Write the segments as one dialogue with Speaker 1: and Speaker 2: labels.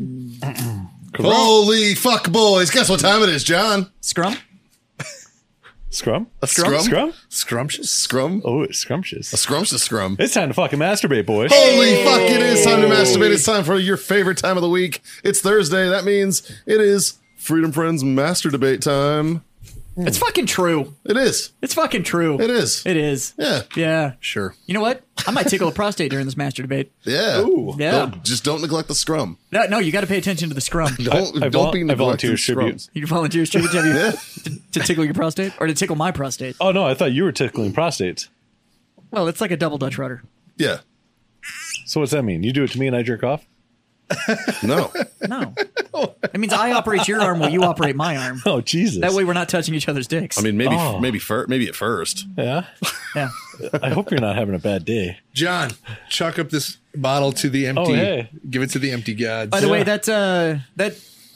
Speaker 1: COVID. Holy fuck, boys. Guess what time it is, John?
Speaker 2: Scrum?
Speaker 3: Scrum?
Speaker 1: Scrum?
Speaker 3: Scrum?
Speaker 1: Scrumptious? Scrum?
Speaker 3: Oh, it's scrumptious.
Speaker 1: Scrumptious scrum.
Speaker 3: It's time to fucking masturbate, boys.
Speaker 1: Holy fuck, it is time to masturbate. It's time for your favorite time of the week. It's Thursday. That means it is Freedom Friends Master Debate time.
Speaker 4: It's fucking true.
Speaker 1: It is.
Speaker 4: It's fucking true.
Speaker 1: It is.
Speaker 4: It is.
Speaker 1: Yeah.
Speaker 4: Yeah.
Speaker 1: Sure.
Speaker 4: You know what? I might tickle a prostate during this master debate.
Speaker 1: Yeah.
Speaker 4: Yeah.
Speaker 1: Don't, just don't neglect the scrum.
Speaker 4: No, no, you got to pay attention to the scrum.
Speaker 1: Don't,
Speaker 3: I
Speaker 1: don't
Speaker 3: vol-
Speaker 1: be
Speaker 3: I
Speaker 1: neglecting
Speaker 3: volunteer
Speaker 1: scrums.
Speaker 3: tribute.
Speaker 4: You volunteers to, to,
Speaker 1: Yeah.
Speaker 4: to tickle your prostate or to tickle my prostate.
Speaker 3: Oh, no, I thought you were tickling prostates.
Speaker 4: Well, it's like a double Dutch rudder.
Speaker 1: Yeah.
Speaker 3: So what's that mean? You do it to me and I jerk off?
Speaker 1: No.
Speaker 4: No, it means I operate your arm while you operate my arm.
Speaker 3: Oh, Jesus.
Speaker 4: That way, we're not touching each other's dicks.
Speaker 1: I mean, maybe
Speaker 3: Oh.
Speaker 1: maybe fir- maybe at first.
Speaker 3: yeah.
Speaker 4: yeah.
Speaker 3: I hope you're not having a bad day.
Speaker 5: John, chuck up this bottle to the empty.
Speaker 3: Oh, hey.
Speaker 5: Give it to the empty gods.
Speaker 4: By the way,
Speaker 3: Yeah.
Speaker 4: that uh, that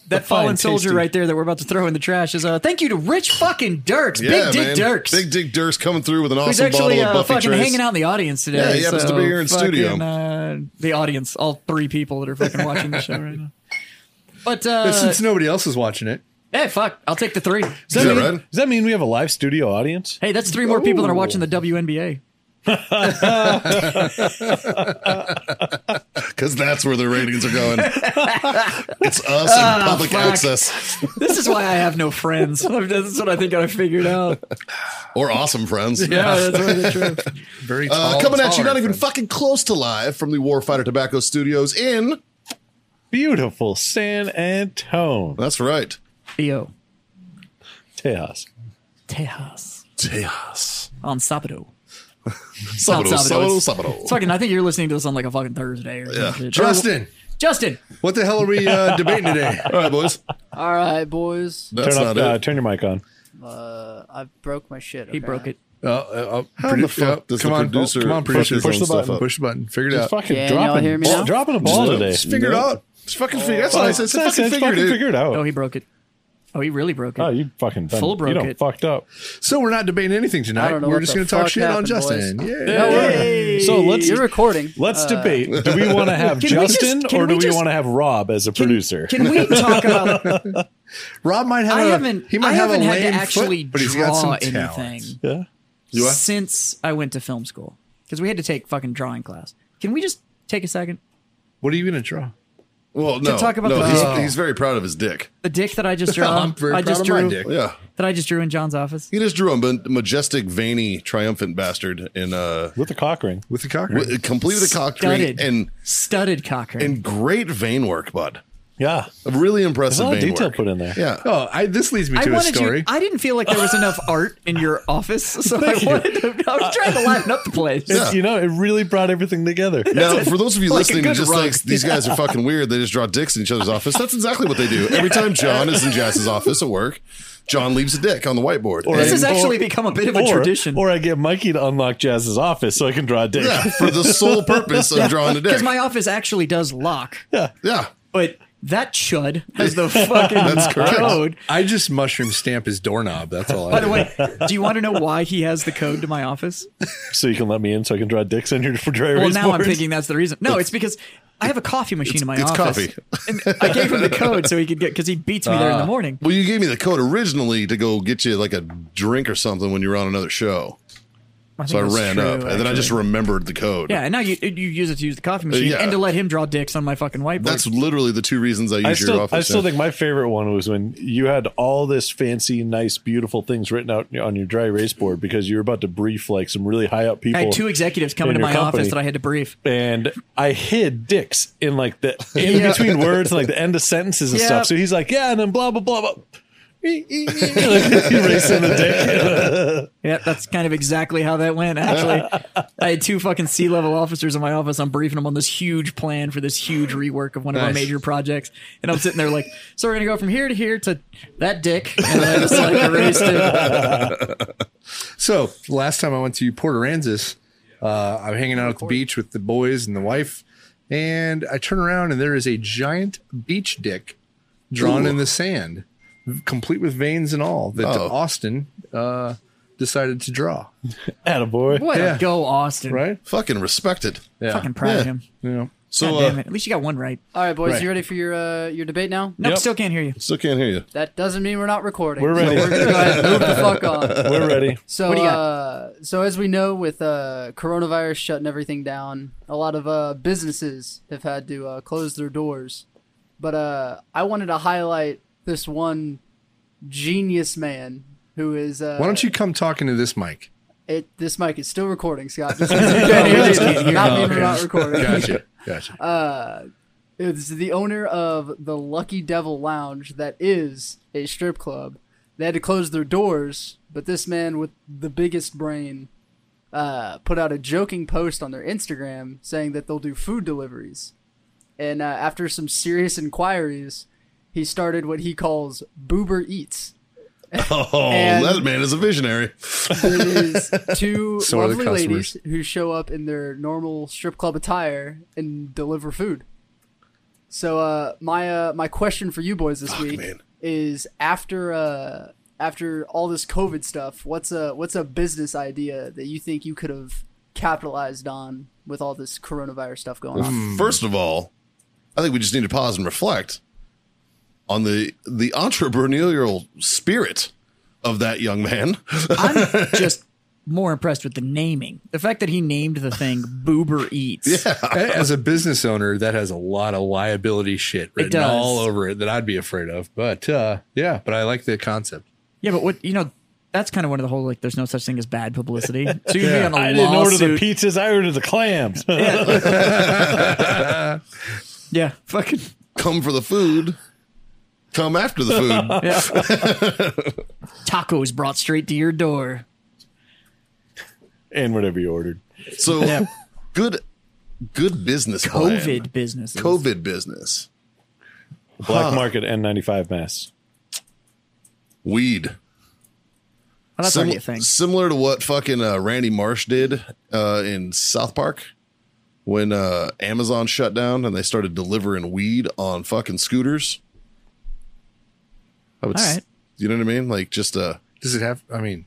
Speaker 4: that fallen
Speaker 3: fine,
Speaker 4: soldier
Speaker 3: tasty.
Speaker 4: right there that we're about to throw in the trash is uh, thank you to Rich fucking Dirks, Big Dick Dirks,
Speaker 1: Big Dick Dirks coming through with an
Speaker 4: who's
Speaker 1: awesome bottle
Speaker 4: actually
Speaker 1: of
Speaker 4: uh,
Speaker 1: Buffy
Speaker 4: fucking
Speaker 1: Trace.
Speaker 4: hanging out in the audience today.
Speaker 1: Yeah, he happens to be here in
Speaker 4: fucking,
Speaker 1: studio.
Speaker 4: Uh, the audience, all three people that are fucking watching the show right now. But uh,
Speaker 5: since nobody else is watching it,
Speaker 4: hey, fuck, I'll take the three.
Speaker 3: Does
Speaker 1: Is
Speaker 3: that,
Speaker 1: that
Speaker 3: mean,
Speaker 1: right?
Speaker 3: does that mean we have a live studio audience?
Speaker 4: Hey, that's three more people that are watching the WNBA.
Speaker 1: Because that's where the ratings are going. it's us and public
Speaker 4: fuck.
Speaker 1: access
Speaker 4: This is why I have no friends. That's what I think I figured out.
Speaker 1: or awesome friends.
Speaker 4: Yeah, that's really true.
Speaker 5: very
Speaker 1: Uh,
Speaker 5: tall,
Speaker 1: coming at you,
Speaker 5: taller
Speaker 1: not even
Speaker 5: friend.
Speaker 1: fucking close to live from the Warfighter Tobacco Studios in.
Speaker 3: Beautiful San Antone,
Speaker 1: That's right,
Speaker 4: Theo
Speaker 3: Tejas.
Speaker 4: Tejas
Speaker 1: Tejas.
Speaker 4: on Sabado.
Speaker 1: Sabado,
Speaker 4: Sabado,
Speaker 1: Sabado,
Speaker 4: it's- It's
Speaker 1: Sabado.
Speaker 4: fucking. I think you're listening to this on like a fucking Thursday or
Speaker 1: Yeah.
Speaker 4: some shit.
Speaker 5: Justin,
Speaker 4: Justin.
Speaker 5: what the hell are we uh, debating today?
Speaker 1: All right, boys.
Speaker 6: All right, boys.
Speaker 1: That's
Speaker 3: Turn,
Speaker 1: not
Speaker 3: up, uh,
Speaker 1: it.
Speaker 3: turn your mic on.
Speaker 6: I broke my shit.
Speaker 4: He broke it.
Speaker 5: Uh, uh, uh,
Speaker 1: How
Speaker 5: produ-
Speaker 1: the fuck
Speaker 5: uh,
Speaker 1: does
Speaker 5: come
Speaker 1: the
Speaker 5: on,
Speaker 1: producer
Speaker 5: come on,
Speaker 1: fuck
Speaker 5: producer,
Speaker 1: his
Speaker 5: push
Speaker 1: own
Speaker 5: the
Speaker 1: stuff
Speaker 5: button,
Speaker 1: up?
Speaker 5: push the button, figure it
Speaker 3: Just
Speaker 5: out.
Speaker 3: fucking
Speaker 6: Can y'all
Speaker 3: dropping,
Speaker 6: hear me
Speaker 3: ball,
Speaker 6: now?
Speaker 3: dropping a ball today.
Speaker 1: Just figure it
Speaker 5: No.
Speaker 1: out. Just fucking figure. That's
Speaker 3: Oh,
Speaker 1: nice. It's
Speaker 3: that's-
Speaker 1: fucking
Speaker 3: that's
Speaker 1: figure,
Speaker 3: fucking
Speaker 1: dude.
Speaker 3: figure it out.
Speaker 4: Oh, he broke it. Oh, he really broke it.
Speaker 3: Oh, you fucking done,
Speaker 4: Full broke
Speaker 3: you done
Speaker 4: it.
Speaker 3: fucked up.
Speaker 5: So we're not debating anything
Speaker 6: I
Speaker 5: tonight.
Speaker 6: don't know
Speaker 5: We're
Speaker 6: what
Speaker 5: just
Speaker 6: the
Speaker 5: going to talk
Speaker 6: fuck
Speaker 5: shit on
Speaker 6: happened,
Speaker 5: Justin.
Speaker 6: boys.
Speaker 4: Oh,
Speaker 5: Yeah.
Speaker 6: No, we're-
Speaker 3: So let's
Speaker 6: You're recording.
Speaker 3: Let's
Speaker 6: Uh,
Speaker 3: debate. Do we want to have
Speaker 4: Can we just-
Speaker 3: Justin
Speaker 4: can
Speaker 3: or
Speaker 4: we
Speaker 3: do we
Speaker 4: just-
Speaker 3: want to have Rob as a producer?
Speaker 4: Can we talk about?
Speaker 5: Rob might have.
Speaker 4: I
Speaker 5: a-
Speaker 4: haven't.
Speaker 5: He might
Speaker 4: I
Speaker 5: have
Speaker 4: haven't
Speaker 5: a
Speaker 4: had to
Speaker 5: lame
Speaker 4: actually
Speaker 5: foot, but he's got
Speaker 4: draw
Speaker 5: some
Speaker 4: anything
Speaker 5: talent.
Speaker 3: yeah.
Speaker 1: what?
Speaker 4: since I went to film school because we had to take fucking drawing class. Can we just take a second?
Speaker 5: What are you going to draw?
Speaker 1: Well, no,
Speaker 4: talk about
Speaker 1: no,
Speaker 4: the-
Speaker 1: he's,
Speaker 4: Oh.
Speaker 1: he's very proud of his dick.
Speaker 4: The dick that I just drew.
Speaker 5: I'm very
Speaker 4: Uh-huh. I
Speaker 5: proud
Speaker 4: just
Speaker 5: of
Speaker 4: drew
Speaker 5: my dick.
Speaker 1: Yeah,
Speaker 4: that I just drew in John's office.
Speaker 1: he just drew a ma- majestic, veiny, triumphant bastard in uh,
Speaker 3: With a cock ring.
Speaker 5: With the cocker.
Speaker 1: w- completed a cock ring
Speaker 4: Studded.
Speaker 1: and
Speaker 4: Studded cocker.
Speaker 1: and great vein work, bud.
Speaker 3: Yeah.
Speaker 1: A really
Speaker 3: There's a
Speaker 1: impressive
Speaker 3: lot of
Speaker 1: vein
Speaker 3: detail
Speaker 1: work.
Speaker 3: put in there.
Speaker 1: Yeah,
Speaker 5: Oh, I, this leads me
Speaker 4: I
Speaker 5: to a
Speaker 4: wanted
Speaker 5: story.
Speaker 4: you. I didn't feel like there was enough art in your office, so I wanted to. I was trying to liven up the place.
Speaker 1: Yeah.
Speaker 3: You know, it really brought everything together.
Speaker 1: Now, for those of you
Speaker 4: Like a
Speaker 1: listening who
Speaker 4: good
Speaker 1: just
Speaker 4: rug.
Speaker 1: thinks these guys are fucking weird, they just draw dicks in each other's office. That's exactly what they do. Every time John is in Jazz's office at work, John leaves a dick on the whiteboard.
Speaker 3: Or
Speaker 4: This has
Speaker 3: And-
Speaker 4: actually become a bit of a
Speaker 3: or,
Speaker 4: tradition.
Speaker 3: Or I get Mikey to unlock Jazz's office so I can draw a dick.
Speaker 1: yeah, for the sole purpose of drawing a dick.
Speaker 4: Because my office actually does lock,
Speaker 1: yeah,
Speaker 4: but that chud is the fucking
Speaker 1: That's correct.
Speaker 4: code.
Speaker 5: I just mushroom stamp his doorknob. That's all.
Speaker 4: By
Speaker 5: I do.
Speaker 4: the way, do you want to know why he has the code to my office?
Speaker 3: So you can let me in so I can draw dicks on your dry
Speaker 4: Well,
Speaker 3: erase
Speaker 4: now I'm
Speaker 3: board.
Speaker 4: thinking that's the reason. No, it's because I have a coffee machine in my
Speaker 1: it's
Speaker 4: office. And I gave him the code so he could get because he beats me there
Speaker 1: Ah.
Speaker 4: in the morning.
Speaker 1: Well, you gave me the code originally to go get you like a drink or something when you were on another show.
Speaker 4: think
Speaker 1: So I
Speaker 4: that's
Speaker 1: ran
Speaker 4: true,
Speaker 1: up, and then I
Speaker 4: actually.
Speaker 1: just remembered the code.
Speaker 4: Yeah, and now you you use it to use the coffee machine
Speaker 1: yeah.
Speaker 4: and to let him draw dicks on my fucking whiteboard.
Speaker 1: That's literally the two reasons I use
Speaker 3: I
Speaker 1: your
Speaker 3: still,
Speaker 1: office.
Speaker 3: I still
Speaker 1: yeah.
Speaker 3: think my favorite one was when you had all this fancy, nice, beautiful things written out on your dry erase board because you were about to brief like some really high up people.
Speaker 4: I had two executives come
Speaker 3: in
Speaker 4: into
Speaker 3: your
Speaker 4: my
Speaker 3: company.
Speaker 4: office that I had to brief.
Speaker 3: and I hid dicks in like the in between words, like the end of sentences and
Speaker 4: Yeah.
Speaker 3: stuff. So he's like, yeah, and then blah blah blah. blah. Erasing the dick.
Speaker 4: Yeah, that's kind of exactly how that went. Actually, I had two fucking sea level officers in my office. I'm briefing them on this huge plan for this huge rework of one of our
Speaker 5: Nice.
Speaker 4: major projects, and I'm sitting there like, "So we're gonna go from here to here to that dick," and I just like erased it.
Speaker 5: So last time I went to Port Aransas, uh, I'm hanging out at the beach with the boys and the wife, and I turn around and there is a giant beach dick drawn in the sand, complete with veins and all that
Speaker 1: Oh.
Speaker 5: Austin uh, decided to draw.
Speaker 3: Attaboy.
Speaker 4: What
Speaker 5: Yeah.
Speaker 4: a go, Austin!
Speaker 5: Right?
Speaker 1: Fucking respected.
Speaker 5: Yeah.
Speaker 4: Mm-hmm. Fucking proud
Speaker 1: Yeah.
Speaker 4: of him.
Speaker 5: yeah.
Speaker 1: So,
Speaker 4: God damn
Speaker 1: uh,
Speaker 4: it. At least you got one right.
Speaker 6: All right, boys,
Speaker 5: Right.
Speaker 6: you ready for your uh, your debate now?
Speaker 4: Nope,
Speaker 3: Yep.
Speaker 4: still can't hear you.
Speaker 1: still can't hear you.
Speaker 6: That doesn't mean we're not recording.
Speaker 3: We're ready.
Speaker 6: So we're gonna go ahead and move the fuck on.
Speaker 3: We're ready.
Speaker 6: So,
Speaker 4: What do you got?
Speaker 6: uh, so as we know, with uh, coronavirus shutting everything down, a lot of uh, businesses have had to uh, close their doors. But uh, I wanted to highlight this one genius man who is. Uh,
Speaker 5: Why don't you come talking to this mic?
Speaker 6: It, this mic is still recording, Scott. Just 'cause you can't hear
Speaker 4: just can't
Speaker 6: it,
Speaker 4: hear
Speaker 6: not
Speaker 4: it.
Speaker 6: mean we're not recording.
Speaker 5: Gotcha. Gotcha.
Speaker 6: It's the owner of the Lucky Devil Lounge that is a strip club. They had to close their doors, but this man with the biggest brain uh, put out a joking post on their Instagram saying that they'll do food deliveries. And uh, after some serious inquiries, he started what he calls Boober Eats.
Speaker 1: Oh,
Speaker 6: And-
Speaker 1: that man is a visionary.
Speaker 6: It is two
Speaker 5: So are the
Speaker 6: lovely
Speaker 5: customers.
Speaker 6: ladies who show up in their normal strip club attire and deliver food. So uh, my uh, my question for you boys this week
Speaker 1: man.
Speaker 6: is after uh, after all this COVID stuff, what's a what's a business idea that you think you could have capitalized on with all this coronavirus stuff going on?
Speaker 5: Mm.
Speaker 1: First of all, I think we just need to pause and reflect on the the entrepreneurial spirit of that young man.
Speaker 4: I'm just more impressed with the naming. The fact that he named the thing Boober Eats. Yeah.
Speaker 5: As a business owner, that has a lot of liability shit written
Speaker 4: does.
Speaker 5: all over it that I'd be afraid of. But uh, yeah, but I like the concept.
Speaker 4: but what you know, that's kind of one of the whole like, there's no such thing as bad publicity. So you'd be on a
Speaker 3: I didn't order
Speaker 4: lawsuit.
Speaker 3: the pizzas. I ordered the clams.
Speaker 4: yeah, fucking
Speaker 1: come for the food, come after the food.
Speaker 4: yeah. Tacos brought straight to your door.
Speaker 3: and whatever you ordered.
Speaker 1: So good good business
Speaker 5: Oh,
Speaker 1: plan.
Speaker 4: COVID businesses.
Speaker 1: COVID business.
Speaker 3: Black market N95 masks.
Speaker 1: Weed.
Speaker 4: Oh, that's
Speaker 1: Sim-
Speaker 4: already a thing.
Speaker 1: Similar to what fucking uh, Randy Marsh did uh, in South Park when uh, Amazon shut down and they started delivering weed on fucking scooters. I would, s-
Speaker 4: All right.
Speaker 1: you know what I mean? Like just uh
Speaker 5: Does it have? I mean,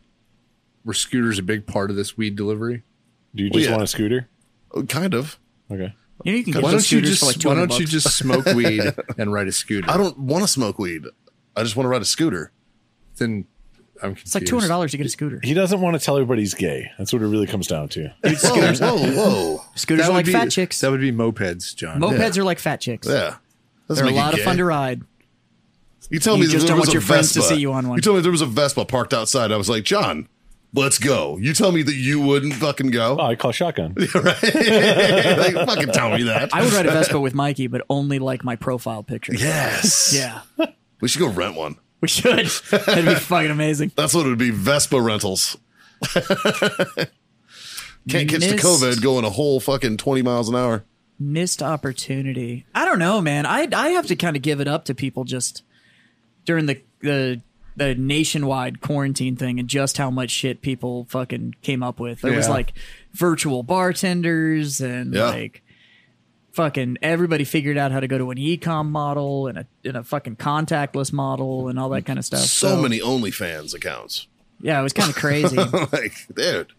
Speaker 5: were scooters a big part of this weed delivery?
Speaker 3: Do you just
Speaker 1: yeah.
Speaker 3: want a scooter?
Speaker 1: kind of.
Speaker 3: Okay.
Speaker 4: You know, you can get
Speaker 5: Why
Speaker 4: those
Speaker 5: don't you
Speaker 4: scooters
Speaker 5: just
Speaker 4: for like two
Speaker 5: Why
Speaker 4: hundred
Speaker 5: don't
Speaker 4: bucks.
Speaker 5: you just smoke weed and ride a scooter?
Speaker 1: I don't want to smoke weed. I just want to ride a scooter.
Speaker 5: Then I'm confused.
Speaker 4: It's like two hundred dollars to get a scooter.
Speaker 3: He doesn't want to tell everybody he's gay. That's what it really comes down to.
Speaker 1: Whoa, whoa, whoa!
Speaker 4: Scooters are
Speaker 5: would
Speaker 4: like
Speaker 5: be,
Speaker 4: fat chicks.
Speaker 5: That would be mopeds, John.
Speaker 4: Mopeds are like fat chicks.
Speaker 1: Yeah, Doesn't
Speaker 4: They're a
Speaker 1: make you
Speaker 4: lot of
Speaker 1: gay.
Speaker 4: fun to ride.
Speaker 1: You tell
Speaker 4: You
Speaker 1: me
Speaker 4: just
Speaker 1: there
Speaker 4: don't
Speaker 1: was
Speaker 4: want
Speaker 1: a
Speaker 4: your friends to
Speaker 1: Vespa.
Speaker 4: see you on one.
Speaker 1: You told me there was a Vespa parked outside. I was like, John, let's go. You tell me that you wouldn't fucking
Speaker 3: Oh,
Speaker 1: go.
Speaker 3: I call shotgun.
Speaker 1: like, fucking tell me that.
Speaker 4: I would ride a Vespa with Mikey, but only like my profile picture.
Speaker 1: yes.
Speaker 4: Yeah.
Speaker 1: We should go rent one.
Speaker 4: We should. That'd be fucking amazing.
Speaker 1: That's what it would be. Vespa rentals. Can't catch the
Speaker 4: Missed.
Speaker 1: COVID going a whole fucking twenty miles an hour.
Speaker 4: Missed opportunity. I don't know, man. I I have to kind of give it up to people just during the the the nationwide quarantine thing and just how much shit people fucking came up with. There was
Speaker 5: Yeah.
Speaker 4: like virtual bartenders and
Speaker 1: Yeah.
Speaker 4: like fucking everybody figured out how to go to an e-com model and a and a fucking contactless model and all that kind of stuff.
Speaker 1: So many OnlyFans accounts.
Speaker 4: Yeah, it was kind of crazy.
Speaker 1: like, dude.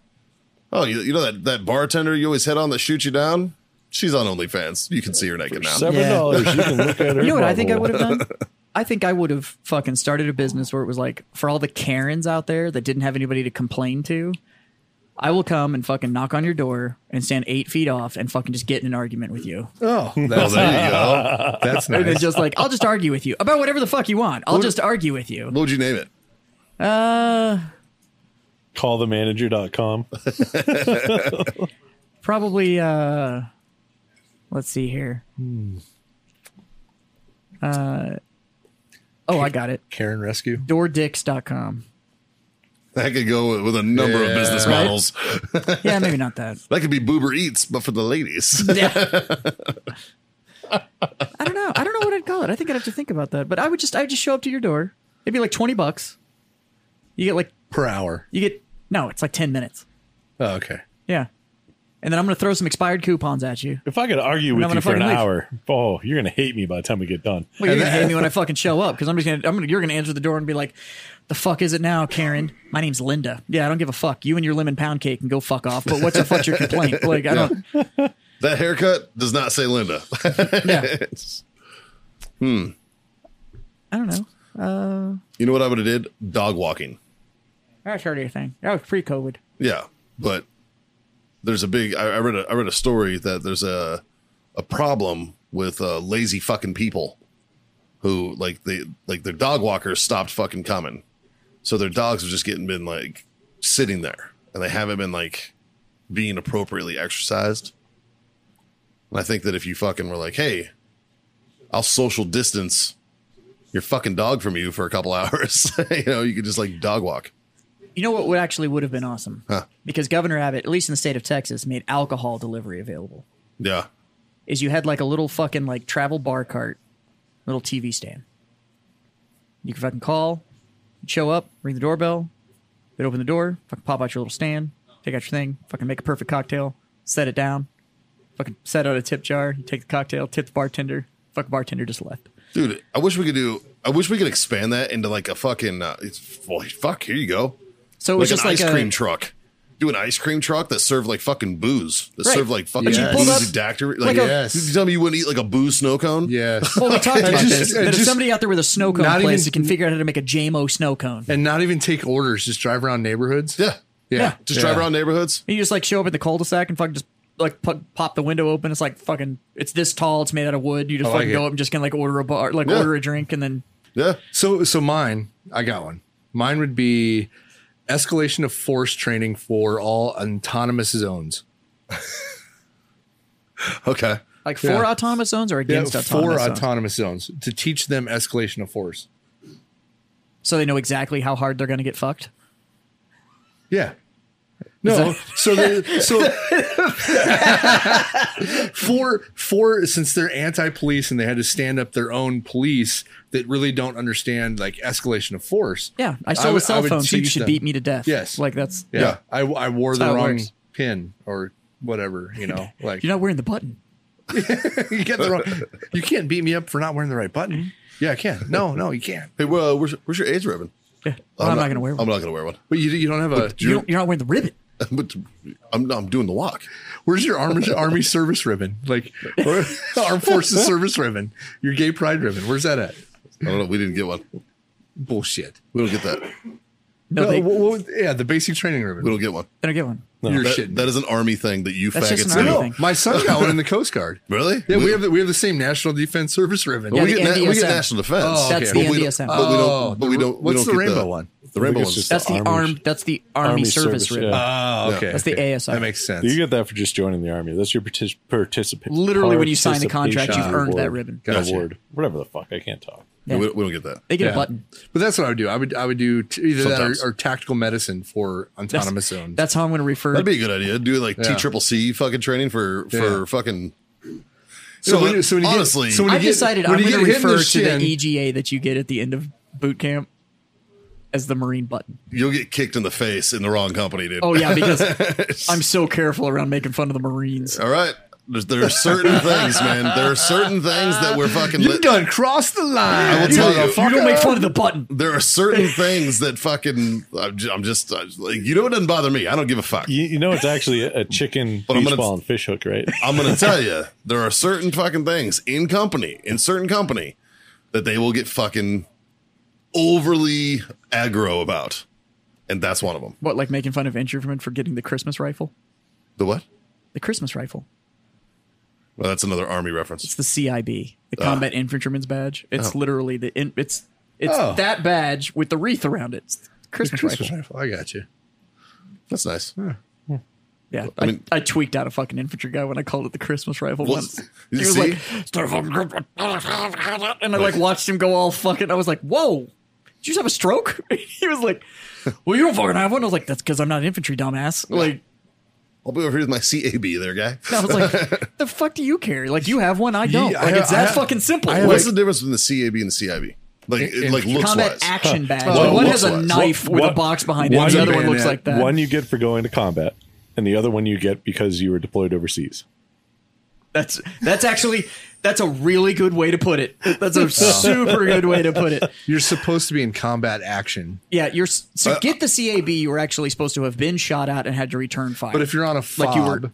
Speaker 1: Oh, you, you know that that bartender you always hit on that shoots you down? She's on OnlyFans. You can see her naked now.
Speaker 3: Seven dollars. You can look at her.
Speaker 4: You know what I think I
Speaker 3: butthole.
Speaker 4: would have done? I think I would have fucking started a business where it was like for all the Karens out there that didn't have anybody to complain to, I will come and fucking knock on your door and stand eight feet off and fucking just get in an argument with you.
Speaker 5: Oh,
Speaker 1: Oh,
Speaker 5: that's,
Speaker 1: there you go.
Speaker 5: that's
Speaker 4: And
Speaker 5: nice.
Speaker 4: it's just like I'll just argue with you about whatever the fuck you want. I'll just argue with you.
Speaker 1: What would you name it?
Speaker 3: Callthemanager.com.
Speaker 4: Probably uh let's see here. Uh Oh, I got it.
Speaker 5: Karen Rescue.
Speaker 4: Doordicks.com.
Speaker 1: That could go with a number of business
Speaker 5: Yeah.
Speaker 1: models.
Speaker 4: Yeah, maybe not that.
Speaker 1: That could be Boober Eats, but for the ladies.
Speaker 4: Yeah. I don't know. I don't know what I'd call it. I think I'd have to think about that. But I would just I would just show up to your door. It'd be like twenty bucks. You get like
Speaker 5: Per hour.
Speaker 4: you get no, it's like ten minutes.
Speaker 5: Oh, okay.
Speaker 4: Yeah. And then I'm gonna throw some expired coupons at you.
Speaker 3: If I could argue
Speaker 4: And
Speaker 3: with
Speaker 4: I'm
Speaker 3: you
Speaker 4: gonna
Speaker 3: for an
Speaker 4: fucking leave.
Speaker 3: hour, oh, you're gonna hate me by the time we get done.
Speaker 4: Well, you're gonna hate me when I fucking show up because I'm just gonna I'm gonna you're gonna answer the door and be like, the fuck is it now, Karen? My name's Linda. Yeah, I don't give a fuck. You and your lemon pound cake can go fuck off. But what's the fuck's your complaint? Like I don't.
Speaker 1: that haircut does not say Linda.
Speaker 4: Yeah. Hmm. I don't know.
Speaker 1: you know what I would have did? Dog walking.
Speaker 4: That's already a thing. That was pre-COVID.
Speaker 1: Yeah, but there's a big. I, I read a I read a story that there's a a problem with uh, lazy fucking people who like they like their dog walkers stopped fucking coming, so their dogs have just getting been like sitting there and they haven't been like being appropriately exercised. And I think that if you fucking were like, hey, I'll social distance your fucking dog from you for a couple hours, you know, you could just like dog walk.
Speaker 4: You know what would actually would have been awesome?
Speaker 1: Huh.
Speaker 4: Because Governor Abbott, at least in the state of Texas, made alcohol delivery available.
Speaker 1: Yeah.
Speaker 4: Is you had like a little fucking like travel bar cart, little TV stand. You could fucking call, you'd show up, ring the doorbell, they'd open the door, fucking pop out your little stand, take out your thing, fucking make a perfect cocktail, set it down, fucking set out a tip jar, you take the cocktail, tip the bartender, fucking bartender just left.
Speaker 1: dude i wish we could do i wish we could expand that into like a fucking uh, it's well fuck here you go
Speaker 4: So it
Speaker 1: like
Speaker 4: was
Speaker 1: an
Speaker 4: just
Speaker 1: ice
Speaker 4: like a-
Speaker 1: cream truck do an ice cream truck that served like fucking booze that
Speaker 4: Right.
Speaker 1: served like fucking
Speaker 5: But you pulled
Speaker 1: booze
Speaker 4: up-
Speaker 1: dactory like,
Speaker 4: like a-
Speaker 5: Yes.
Speaker 1: you tell me you wouldn't eat like a booze snow cone
Speaker 5: Yes.
Speaker 4: Well, we talked about
Speaker 5: just-
Speaker 4: this.
Speaker 1: uh,
Speaker 5: I
Speaker 4: That if
Speaker 5: just-
Speaker 4: somebody out there with a snow cone
Speaker 5: Not
Speaker 4: place
Speaker 5: even-
Speaker 4: that can figure out how to make a JMO snow cone,
Speaker 5: and not even take orders. Just drive around neighborhoods.
Speaker 1: yeah
Speaker 5: Yeah.
Speaker 1: just drive
Speaker 5: Yeah.
Speaker 1: around neighborhoods
Speaker 4: you just like show up at the cul-de-sac and fucking just like pu- pop the window open. It's like fucking, it's this tall. It's made out of wood. You just
Speaker 5: I like
Speaker 4: fucking go
Speaker 5: it.
Speaker 4: up and just can like order a bar, like
Speaker 1: Yeah.
Speaker 4: order a drink, and then
Speaker 1: yeah
Speaker 5: So so mine, I got one. Mine would be escalation of force training for all autonomous zones.
Speaker 1: okay
Speaker 4: like for
Speaker 5: Yeah.
Speaker 4: autonomous zones or against
Speaker 5: for
Speaker 4: autonomous zones,
Speaker 5: autonomous zones to teach them escalation of force.
Speaker 4: so they know exactly how hard they're going to get fucked.
Speaker 5: Yeah. No, so they, so for for since they're anti-police and they had to stand up their own police that really don't understand like escalation of force.
Speaker 4: Yeah, I stole a
Speaker 5: would-
Speaker 4: cell
Speaker 5: would
Speaker 4: phone, so you
Speaker 5: teach
Speaker 4: should
Speaker 5: them.
Speaker 4: beat me to death.
Speaker 5: Yes.
Speaker 4: like that's
Speaker 5: Yeah,
Speaker 1: Yeah.
Speaker 5: I, I wore
Speaker 4: how
Speaker 5: the
Speaker 4: it
Speaker 5: wrong
Speaker 4: works.
Speaker 5: pin or whatever. You know, like
Speaker 4: you're not wearing the button.
Speaker 5: you get the wrong. You can't beat me up for not wearing the right button. Yeah, I can. No, no, you can't.
Speaker 1: hey well where's, where's your age ribbon
Speaker 4: Yeah, Well, I'm, not, going to wear
Speaker 1: i'm
Speaker 4: one.
Speaker 1: not gonna wear one
Speaker 5: But you, you don't have a.
Speaker 4: You don't, you're not wearing the ribbon.
Speaker 1: but i'm no, i'm doing the walk
Speaker 5: Where's your army army service ribbon? Like or- armed forces service ribbon. Your gay pride ribbon. Where's that at?
Speaker 1: i don't know we didn't get one
Speaker 5: Bullshit.
Speaker 1: we don't get that
Speaker 4: No,
Speaker 5: No,
Speaker 4: they,
Speaker 5: what- what- yeah, the basic training ribbon.
Speaker 1: we don't get one
Speaker 4: they don't get one.
Speaker 5: You're
Speaker 1: that,
Speaker 5: shitting.
Speaker 1: that is an army thing that you
Speaker 4: That's just
Speaker 1: faggots
Speaker 4: an army
Speaker 1: do
Speaker 4: thing.
Speaker 5: no, my son got one in the Coast Guard.
Speaker 1: really
Speaker 5: Yeah, we have the, we have the same National Defense Service ribbon.
Speaker 4: Yeah,
Speaker 1: we,
Speaker 4: the
Speaker 1: get na- we get
Speaker 4: NDSM.
Speaker 1: national defense.
Speaker 5: Oh, That's
Speaker 4: okay. the
Speaker 1: But we don't-
Speaker 4: NDSM.
Speaker 1: But we
Speaker 5: Oh,
Speaker 1: don't. But we
Speaker 5: the-
Speaker 1: don't. we
Speaker 5: what's
Speaker 1: don't
Speaker 5: the
Speaker 1: get
Speaker 5: rainbow one?
Speaker 1: The
Speaker 3: I think
Speaker 1: rainbow
Speaker 3: it's
Speaker 1: one's Uh,
Speaker 3: just
Speaker 4: That's the
Speaker 3: Army-
Speaker 4: arm. That's the army, service, ribbon.
Speaker 3: yeah.
Speaker 5: Oh, okay.
Speaker 4: That's the
Speaker 5: okay.
Speaker 4: ASI.
Speaker 5: That makes sense.
Speaker 3: You get that for just joining the army. That's your partic- participation.
Speaker 4: Literally, when you sign the contract, you've earned that ribbon.
Speaker 5: Gotcha.
Speaker 3: Award. Whatever the fuck. I can't talk.
Speaker 1: Yeah, we, don't- we don't get that.
Speaker 4: They get
Speaker 5: Yeah.
Speaker 4: a button.
Speaker 5: But that's what I would do. I would I would do t- either
Speaker 1: Sometimes.
Speaker 5: that or, or tactical medicine for autonomous zones.
Speaker 4: That's how I'm going to refer.
Speaker 1: That'd be a good idea. Do like
Speaker 5: Yeah.
Speaker 1: T triple C fucking training for for
Speaker 5: Yeah.
Speaker 1: fucking.
Speaker 5: so,
Speaker 1: You know,
Speaker 5: when, you- so when you
Speaker 1: honestly,
Speaker 5: get, so when you
Speaker 4: I've
Speaker 5: get-
Speaker 4: decided
Speaker 5: when
Speaker 4: I'm
Speaker 5: you
Speaker 4: going to
Speaker 5: get hit in
Speaker 4: refer to
Speaker 5: shin-
Speaker 4: the EGA that you get at the end of boot camp as the Marine button.
Speaker 1: you'll get kicked in the face in the wrong company, dude.
Speaker 4: Oh yeah, because I'm so careful around making fun of the Marines.
Speaker 1: All right. There's, there are certain things, man. There are certain things that we're fucking.
Speaker 5: You
Speaker 1: li-
Speaker 5: done crossed the line.
Speaker 1: I will tell you.
Speaker 4: You don't make fun of the button.
Speaker 1: There are certain things that fucking. I'm just. I'm just uh, like, you know, it doesn't bother me. I don't give a fuck.
Speaker 3: You, you know, it's actually a, a chicken
Speaker 1: But I'm
Speaker 3: beach
Speaker 1: gonna-
Speaker 3: ball and fish hook, right?
Speaker 1: I'm gonna tell you, there are certain fucking things in company, in certain company, that they will get fucking overly aggro about, and that's one of them.
Speaker 4: What, like making fun of infantrymen for getting the Christmas rifle?
Speaker 1: The what?
Speaker 4: The Christmas rifle.
Speaker 1: Well, that's another army
Speaker 4: It's
Speaker 1: reference.
Speaker 4: the CIB, the Combat Infantryman's Badge. It's literally the in, it's it's
Speaker 5: Oh.
Speaker 4: that badge with the wreath around it. It's the Christmas,
Speaker 5: Christmas
Speaker 4: rifle.
Speaker 5: rifle. I got you.
Speaker 1: That's nice.
Speaker 4: Yeah,
Speaker 1: I
Speaker 4: I,
Speaker 1: mean-
Speaker 4: I, tweaked out a fucking infantry guy when I called it the Christmas rifle
Speaker 1: Well,
Speaker 4: once.
Speaker 1: you
Speaker 4: He was
Speaker 1: see?
Speaker 4: like, "Start fucking grip- and I like watched him go all fucking. I was like, "Whoa, did you just have a stroke?" he was like, "Well, you don't fucking have one." I was like, "That's because I'm not an infantry dumbass." Like,
Speaker 1: I'll be over here with my CAB there, guy.
Speaker 4: I was like, "The fuck do you care? Like, you have one, I don't.
Speaker 5: I
Speaker 4: like,
Speaker 5: have-
Speaker 4: it's
Speaker 5: I
Speaker 4: that
Speaker 5: have-
Speaker 4: fucking simple."
Speaker 5: I have
Speaker 1: What's
Speaker 4: Like,
Speaker 1: the difference between the CAB and the CIB? Like, it, like looks
Speaker 4: combat
Speaker 1: wise.
Speaker 4: action badge.
Speaker 1: Well,
Speaker 4: Like, one
Speaker 1: looks
Speaker 4: has a
Speaker 1: wise.
Speaker 4: knife
Speaker 3: What-
Speaker 4: with a box behind it.
Speaker 3: one's
Speaker 4: The
Speaker 3: a
Speaker 4: other one looks
Speaker 5: bayonet,
Speaker 4: like that.
Speaker 3: One you get for going to combat, and the other one you get because you were deployed overseas.
Speaker 4: That's that's actually that's a really good way to put it. That's a super good way to put it.
Speaker 5: You're supposed to be in combat action,
Speaker 4: Yeah, you're s- so get the CAB. You were actually supposed to have been shot at and had to return fire.
Speaker 5: but if you're on a
Speaker 4: Like
Speaker 5: fob
Speaker 4: you were-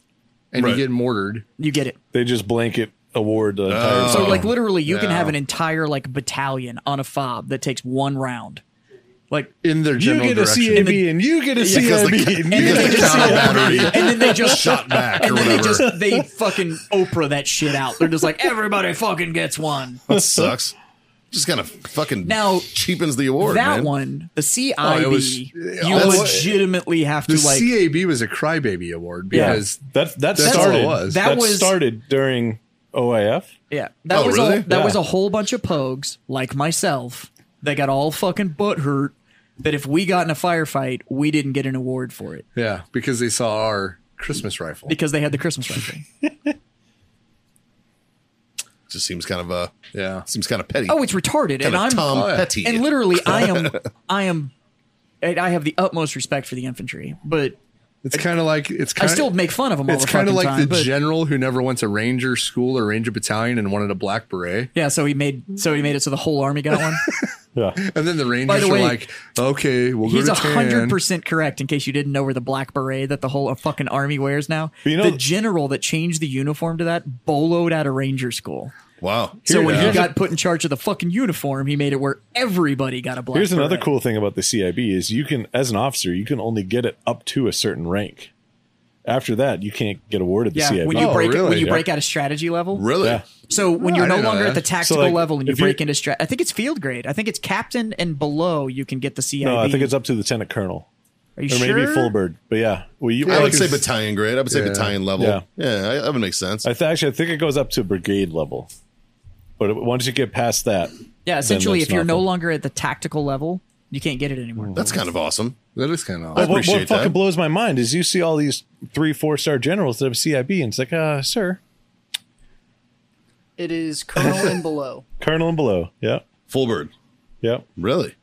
Speaker 5: and
Speaker 1: Right.
Speaker 5: you get mortared,
Speaker 4: you get it.
Speaker 3: They just blanket award the entire.
Speaker 4: So
Speaker 1: Oh,
Speaker 4: like literally, you can
Speaker 1: yeah.
Speaker 4: have an entire like battalion on a fob that takes one round. Like
Speaker 5: in their
Speaker 3: you
Speaker 5: general
Speaker 3: get a
Speaker 5: direction.
Speaker 3: CAB and you get a
Speaker 1: because the,
Speaker 3: CAB.
Speaker 1: because
Speaker 3: and you get-
Speaker 1: the counter battery
Speaker 4: and then they just
Speaker 1: shot back or
Speaker 4: and then
Speaker 1: whatever.
Speaker 4: they just they fucking Oprah that shit out. They're just like everybody fucking gets one.
Speaker 1: that sucks. Just kind of fucking
Speaker 4: Now,
Speaker 1: cheapens the award.
Speaker 4: that
Speaker 1: man.
Speaker 4: one, the CIB,
Speaker 5: it was-
Speaker 4: you
Speaker 1: that's-
Speaker 4: legitimately have to
Speaker 5: the
Speaker 4: like
Speaker 5: CAB was a crybaby award
Speaker 3: Yeah.
Speaker 5: because
Speaker 3: that that
Speaker 5: That's all
Speaker 3: started.
Speaker 5: it was.
Speaker 4: That
Speaker 3: That,
Speaker 4: was-
Speaker 3: started during OIF.
Speaker 4: Yeah, that
Speaker 1: Oh,
Speaker 4: was
Speaker 1: really?
Speaker 4: a, that
Speaker 3: Yeah.
Speaker 4: was a whole bunch of pogues like myself. They got all fucking butt hurt that if we got in a firefight, we didn't get an award for it
Speaker 5: yeah, because they saw our Christmas rifle.
Speaker 4: because they had the Christmas rifle.
Speaker 1: just seems kind of uh,
Speaker 5: Yeah.
Speaker 1: seems kind of petty.
Speaker 4: oh, it's retarded, and
Speaker 1: kind
Speaker 4: I'm
Speaker 1: of Tom
Speaker 5: Oh, yeah.
Speaker 1: Petty.
Speaker 4: and literally I am I am and I have the utmost respect for the infantry, but
Speaker 5: It's kind of like it's
Speaker 4: I
Speaker 5: kind
Speaker 4: still
Speaker 5: of
Speaker 4: make fun of them all
Speaker 5: it's
Speaker 4: the fucking
Speaker 5: kind of like
Speaker 4: time.
Speaker 5: the
Speaker 4: but-
Speaker 5: general who never went to ranger school or ranger battalion and wanted a black beret.
Speaker 4: yeah, so he made so he made it so the whole army got one.
Speaker 3: Yeah,
Speaker 5: And then the rangers
Speaker 4: the
Speaker 5: are
Speaker 4: way,
Speaker 5: like, "Okay, we'll go
Speaker 4: He's
Speaker 5: to
Speaker 4: a
Speaker 5: tan."
Speaker 4: hundred percent correct. In case you didn't know where the black beret that the whole uh, fucking army wears now,
Speaker 3: But you know-
Speaker 4: the general that changed the uniform to that boloed out of ranger school.
Speaker 1: wow.
Speaker 4: So when he
Speaker 3: here's
Speaker 4: got put in charge of the fucking uniform, he made it where everybody got a black.
Speaker 3: Here's another
Speaker 4: beret.
Speaker 3: cool thing about the CIB is you can, as an officer, you can only get it up to a certain rank. After that, you can't get awarded the
Speaker 4: Yeah,
Speaker 3: CIB.
Speaker 4: when you
Speaker 5: Oh,
Speaker 4: break when
Speaker 5: really?
Speaker 4: you
Speaker 5: Yeah.
Speaker 4: break out of strategy level.
Speaker 1: Really?
Speaker 3: Yeah.
Speaker 4: So when
Speaker 5: Oh,
Speaker 4: you're
Speaker 5: I
Speaker 4: no
Speaker 5: didn't know
Speaker 4: longer at
Speaker 5: that.
Speaker 4: the tactical
Speaker 3: like,
Speaker 4: level and you
Speaker 3: if you're-
Speaker 4: break into strat, I think it's field grade. I think it's captain and below you can get the CIB.
Speaker 3: no, I think it's up to lieutenant colonel
Speaker 4: Are you
Speaker 3: or
Speaker 4: sure?
Speaker 3: maybe full bird. But yeah, well, you,
Speaker 1: I
Speaker 3: like,
Speaker 1: would say
Speaker 3: it's-
Speaker 1: battalion grade. I would say
Speaker 5: Yeah.
Speaker 1: battalion level. Yeah,
Speaker 3: Yeah.
Speaker 1: I, that would make sense.
Speaker 3: I th- actually, I think it goes up to brigade level. But it- once you get past that,
Speaker 4: Yeah, essentially,
Speaker 3: that's
Speaker 4: if you're no
Speaker 3: nothing.
Speaker 4: longer at the tactical level, you can't get it anymore.
Speaker 1: That's kind of awesome.
Speaker 5: That is kind of
Speaker 1: Well,
Speaker 5: awesome.
Speaker 3: what, what
Speaker 1: appreciate
Speaker 3: fucking
Speaker 1: that.
Speaker 3: blows my mind is you see all these three, four star generals that have CIB, and it's like, uh, sir,
Speaker 6: It is colonel and below.
Speaker 3: colonel and below. Yeah,
Speaker 1: Full bird.
Speaker 3: yeah.
Speaker 1: Really?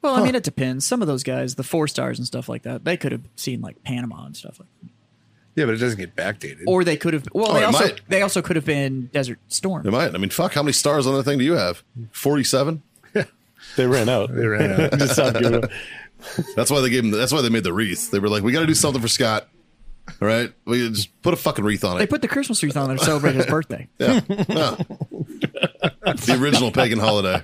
Speaker 4: Well, I mean, it depends. Some of those guys, the four stars and stuff like that, they could have seen like Panama and stuff like. that.
Speaker 5: Yeah, but it doesn't get backdated.
Speaker 4: Or they could have. Well,
Speaker 1: Oh,
Speaker 4: they
Speaker 1: it
Speaker 4: also
Speaker 1: might.
Speaker 4: they also could have been Desert Storm.
Speaker 1: Am I? I mean, fuck. How many stars on that thing do you have? Forty-seven.
Speaker 3: They ran out.
Speaker 5: they ran out.
Speaker 3: Just stopped giving them.
Speaker 1: That's why they gave him. That's why they made the wreath. They were like, we got to do something for Scott. All right, we just put a fucking wreath on
Speaker 4: They
Speaker 1: it.
Speaker 4: put the Christmas wreath on there to celebrate his birthday.
Speaker 1: yeah, Yeah. the original pagan holiday.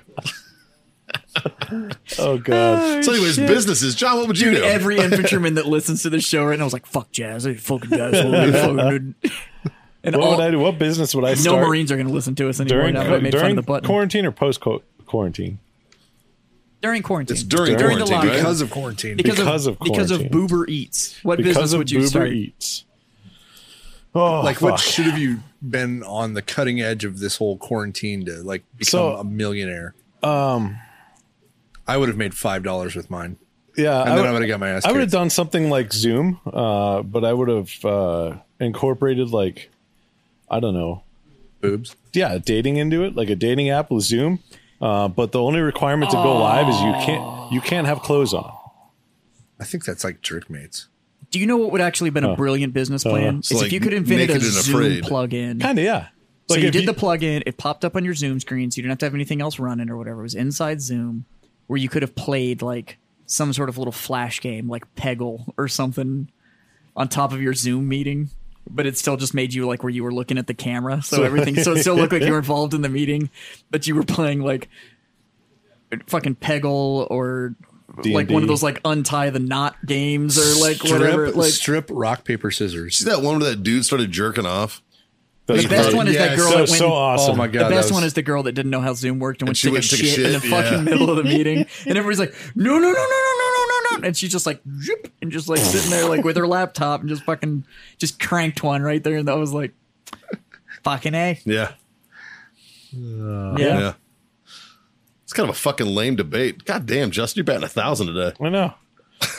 Speaker 3: Oh god.
Speaker 1: So, anyways, businesses. John, what would you do?
Speaker 4: Every infantryman that listens to this show right now was like, "Fuck jazz, they fucking jazz." What, fucking and
Speaker 3: What
Speaker 4: all,
Speaker 3: would I do? What business would I
Speaker 4: no
Speaker 3: start
Speaker 4: Marines are going to listen to us anymore.
Speaker 3: during
Speaker 4: now that I made fun
Speaker 3: during
Speaker 4: of the button
Speaker 3: quarantine or post quarantine?
Speaker 4: during quarantine.
Speaker 1: it's during,
Speaker 4: During the
Speaker 1: quarantine,
Speaker 4: lockdown.
Speaker 1: right?
Speaker 5: because of quarantine.
Speaker 4: because,
Speaker 3: because
Speaker 4: of,
Speaker 3: of
Speaker 4: because of
Speaker 3: quarantine.
Speaker 4: Boober Eats. What
Speaker 3: Because
Speaker 4: business
Speaker 3: of
Speaker 4: would you
Speaker 3: Uber
Speaker 4: start?
Speaker 3: Eats. Oh, like
Speaker 5: like what should have you been on the cutting edge of this whole quarantine to like become
Speaker 3: So-
Speaker 5: a millionaire? Um I would have made five dollars with mine.
Speaker 3: Yeah,
Speaker 5: And then I would have got my ass
Speaker 3: I would have
Speaker 5: kicked.
Speaker 3: done something like Zoom, uh, but I would have uh, incorporated like I don't know,
Speaker 5: Boobs.
Speaker 3: yeah, dating into it, like a dating app with Zoom. Uh, but the only requirement to go live is you can't you can't have clothes on.
Speaker 5: I think that's like jerk mates.
Speaker 4: Do you know what would actually have been a brilliant business plan? is
Speaker 1: like
Speaker 4: if you could invent a
Speaker 1: Naked and
Speaker 4: Zoom
Speaker 1: Afraid.
Speaker 4: plug-in.
Speaker 3: Kind of, yeah.
Speaker 4: so
Speaker 3: Like
Speaker 4: you
Speaker 3: if
Speaker 4: did the plug-in. It popped up on your Zoom screen, so you didn't have to have anything else running or whatever. It was inside Zoom, where you could have played like some sort of little flash game, like Peggle or something, on top of your Zoom meeting. But it still just made you like where you were looking at the camera, so everything. so it still looked like you were involved in the meeting, but you were playing like fucking Peggle or like
Speaker 3: D&D.
Speaker 4: one of those like untie the knot games or like
Speaker 5: strip,
Speaker 4: whatever. Like
Speaker 5: strip rock paper scissors.
Speaker 1: See that one where that dude started jerking off?
Speaker 3: that's
Speaker 4: the best
Speaker 3: great.
Speaker 4: one is that
Speaker 5: Yes.
Speaker 4: girl
Speaker 3: so,
Speaker 4: that went
Speaker 3: so awesome.
Speaker 5: Oh my god!
Speaker 4: the best
Speaker 5: that was-
Speaker 4: one is the girl that didn't know how Zoom worked and, went
Speaker 1: she
Speaker 4: to take a
Speaker 1: went and took a
Speaker 4: shit in the
Speaker 1: shit,
Speaker 4: fucking
Speaker 1: yeah.
Speaker 4: middle of the meeting, and everybody's like, "No, no, no, no, no, no, no, no, no!" and she's just like zip, and just like sitting there like with her laptop and just fucking just cranked one right there and I was like fucking A.
Speaker 1: Yeah.
Speaker 4: Yeah.
Speaker 1: Uh, Yeah. It's kind of a fucking lame debate. God damn, Justin, you're batting a thousand today.
Speaker 3: I know.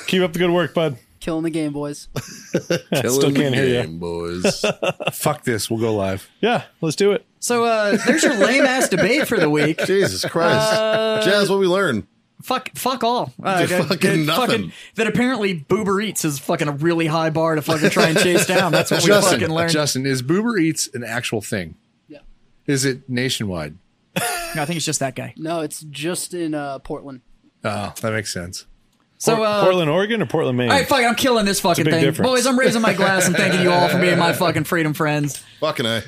Speaker 3: Keep up the good work, bud.
Speaker 6: Killing the game, boys.
Speaker 1: Killing
Speaker 3: still can't
Speaker 1: the
Speaker 3: hear ya.
Speaker 1: game, boys.
Speaker 5: Fuck this. We'll go live.
Speaker 3: Yeah, let's do it.
Speaker 4: So uh there's your lame ass debate for the week.
Speaker 1: Jesus Christ.
Speaker 3: Uh,
Speaker 1: Jazz, what we learn?
Speaker 4: Fuck fuck all. Uh,
Speaker 1: Dude,
Speaker 4: that-
Speaker 1: fucking
Speaker 4: that
Speaker 1: nothing.
Speaker 4: that apparently Boober Eats is fucking a really high bar to fucking try and chase down. That's what we
Speaker 5: Justin,
Speaker 4: fucking learned.
Speaker 5: Uh, Justin, is Boober Eats an actual thing?
Speaker 6: Yeah.
Speaker 5: Is it nationwide?
Speaker 4: No, I think it's just that guy.
Speaker 6: No, it's just in uh, Portland.
Speaker 5: Oh, that makes sense.
Speaker 4: So uh
Speaker 3: Portland, Oregon, or Portland, Maine?
Speaker 4: All right, fuck it. I'm killing this fucking
Speaker 3: big
Speaker 4: thing.
Speaker 3: difference.
Speaker 4: Boys, I'm raising my glass and thanking you all for being my fucking freedom friends.
Speaker 1: Fucking A.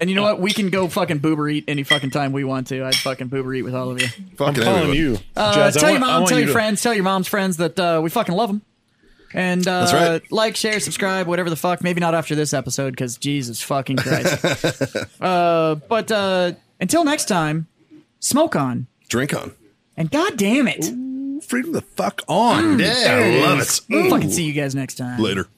Speaker 4: And you know what? We can go fucking boober eat any fucking time we want to. I'd fucking boober eat with all of you.
Speaker 3: I'm
Speaker 1: Fucking
Speaker 3: calling
Speaker 1: everyone.
Speaker 3: you.
Speaker 4: Uh,
Speaker 3: Jazz, I
Speaker 4: tell your
Speaker 3: want- I
Speaker 4: mom,
Speaker 3: want
Speaker 4: tell
Speaker 3: you
Speaker 4: your
Speaker 3: to-
Speaker 4: friends, tell your mom's friends that uh, we fucking love them. And uh,
Speaker 1: That's right.
Speaker 4: like, share, subscribe, whatever the fuck. Maybe not after this episode because Jesus fucking Christ. uh, but uh, until next time, smoke on.
Speaker 1: Drink on.
Speaker 4: And god damn it.
Speaker 5: Freedom the fuck on.
Speaker 1: Yeah, I love it.
Speaker 4: Mm. Fucking see you guys next time.
Speaker 1: Later.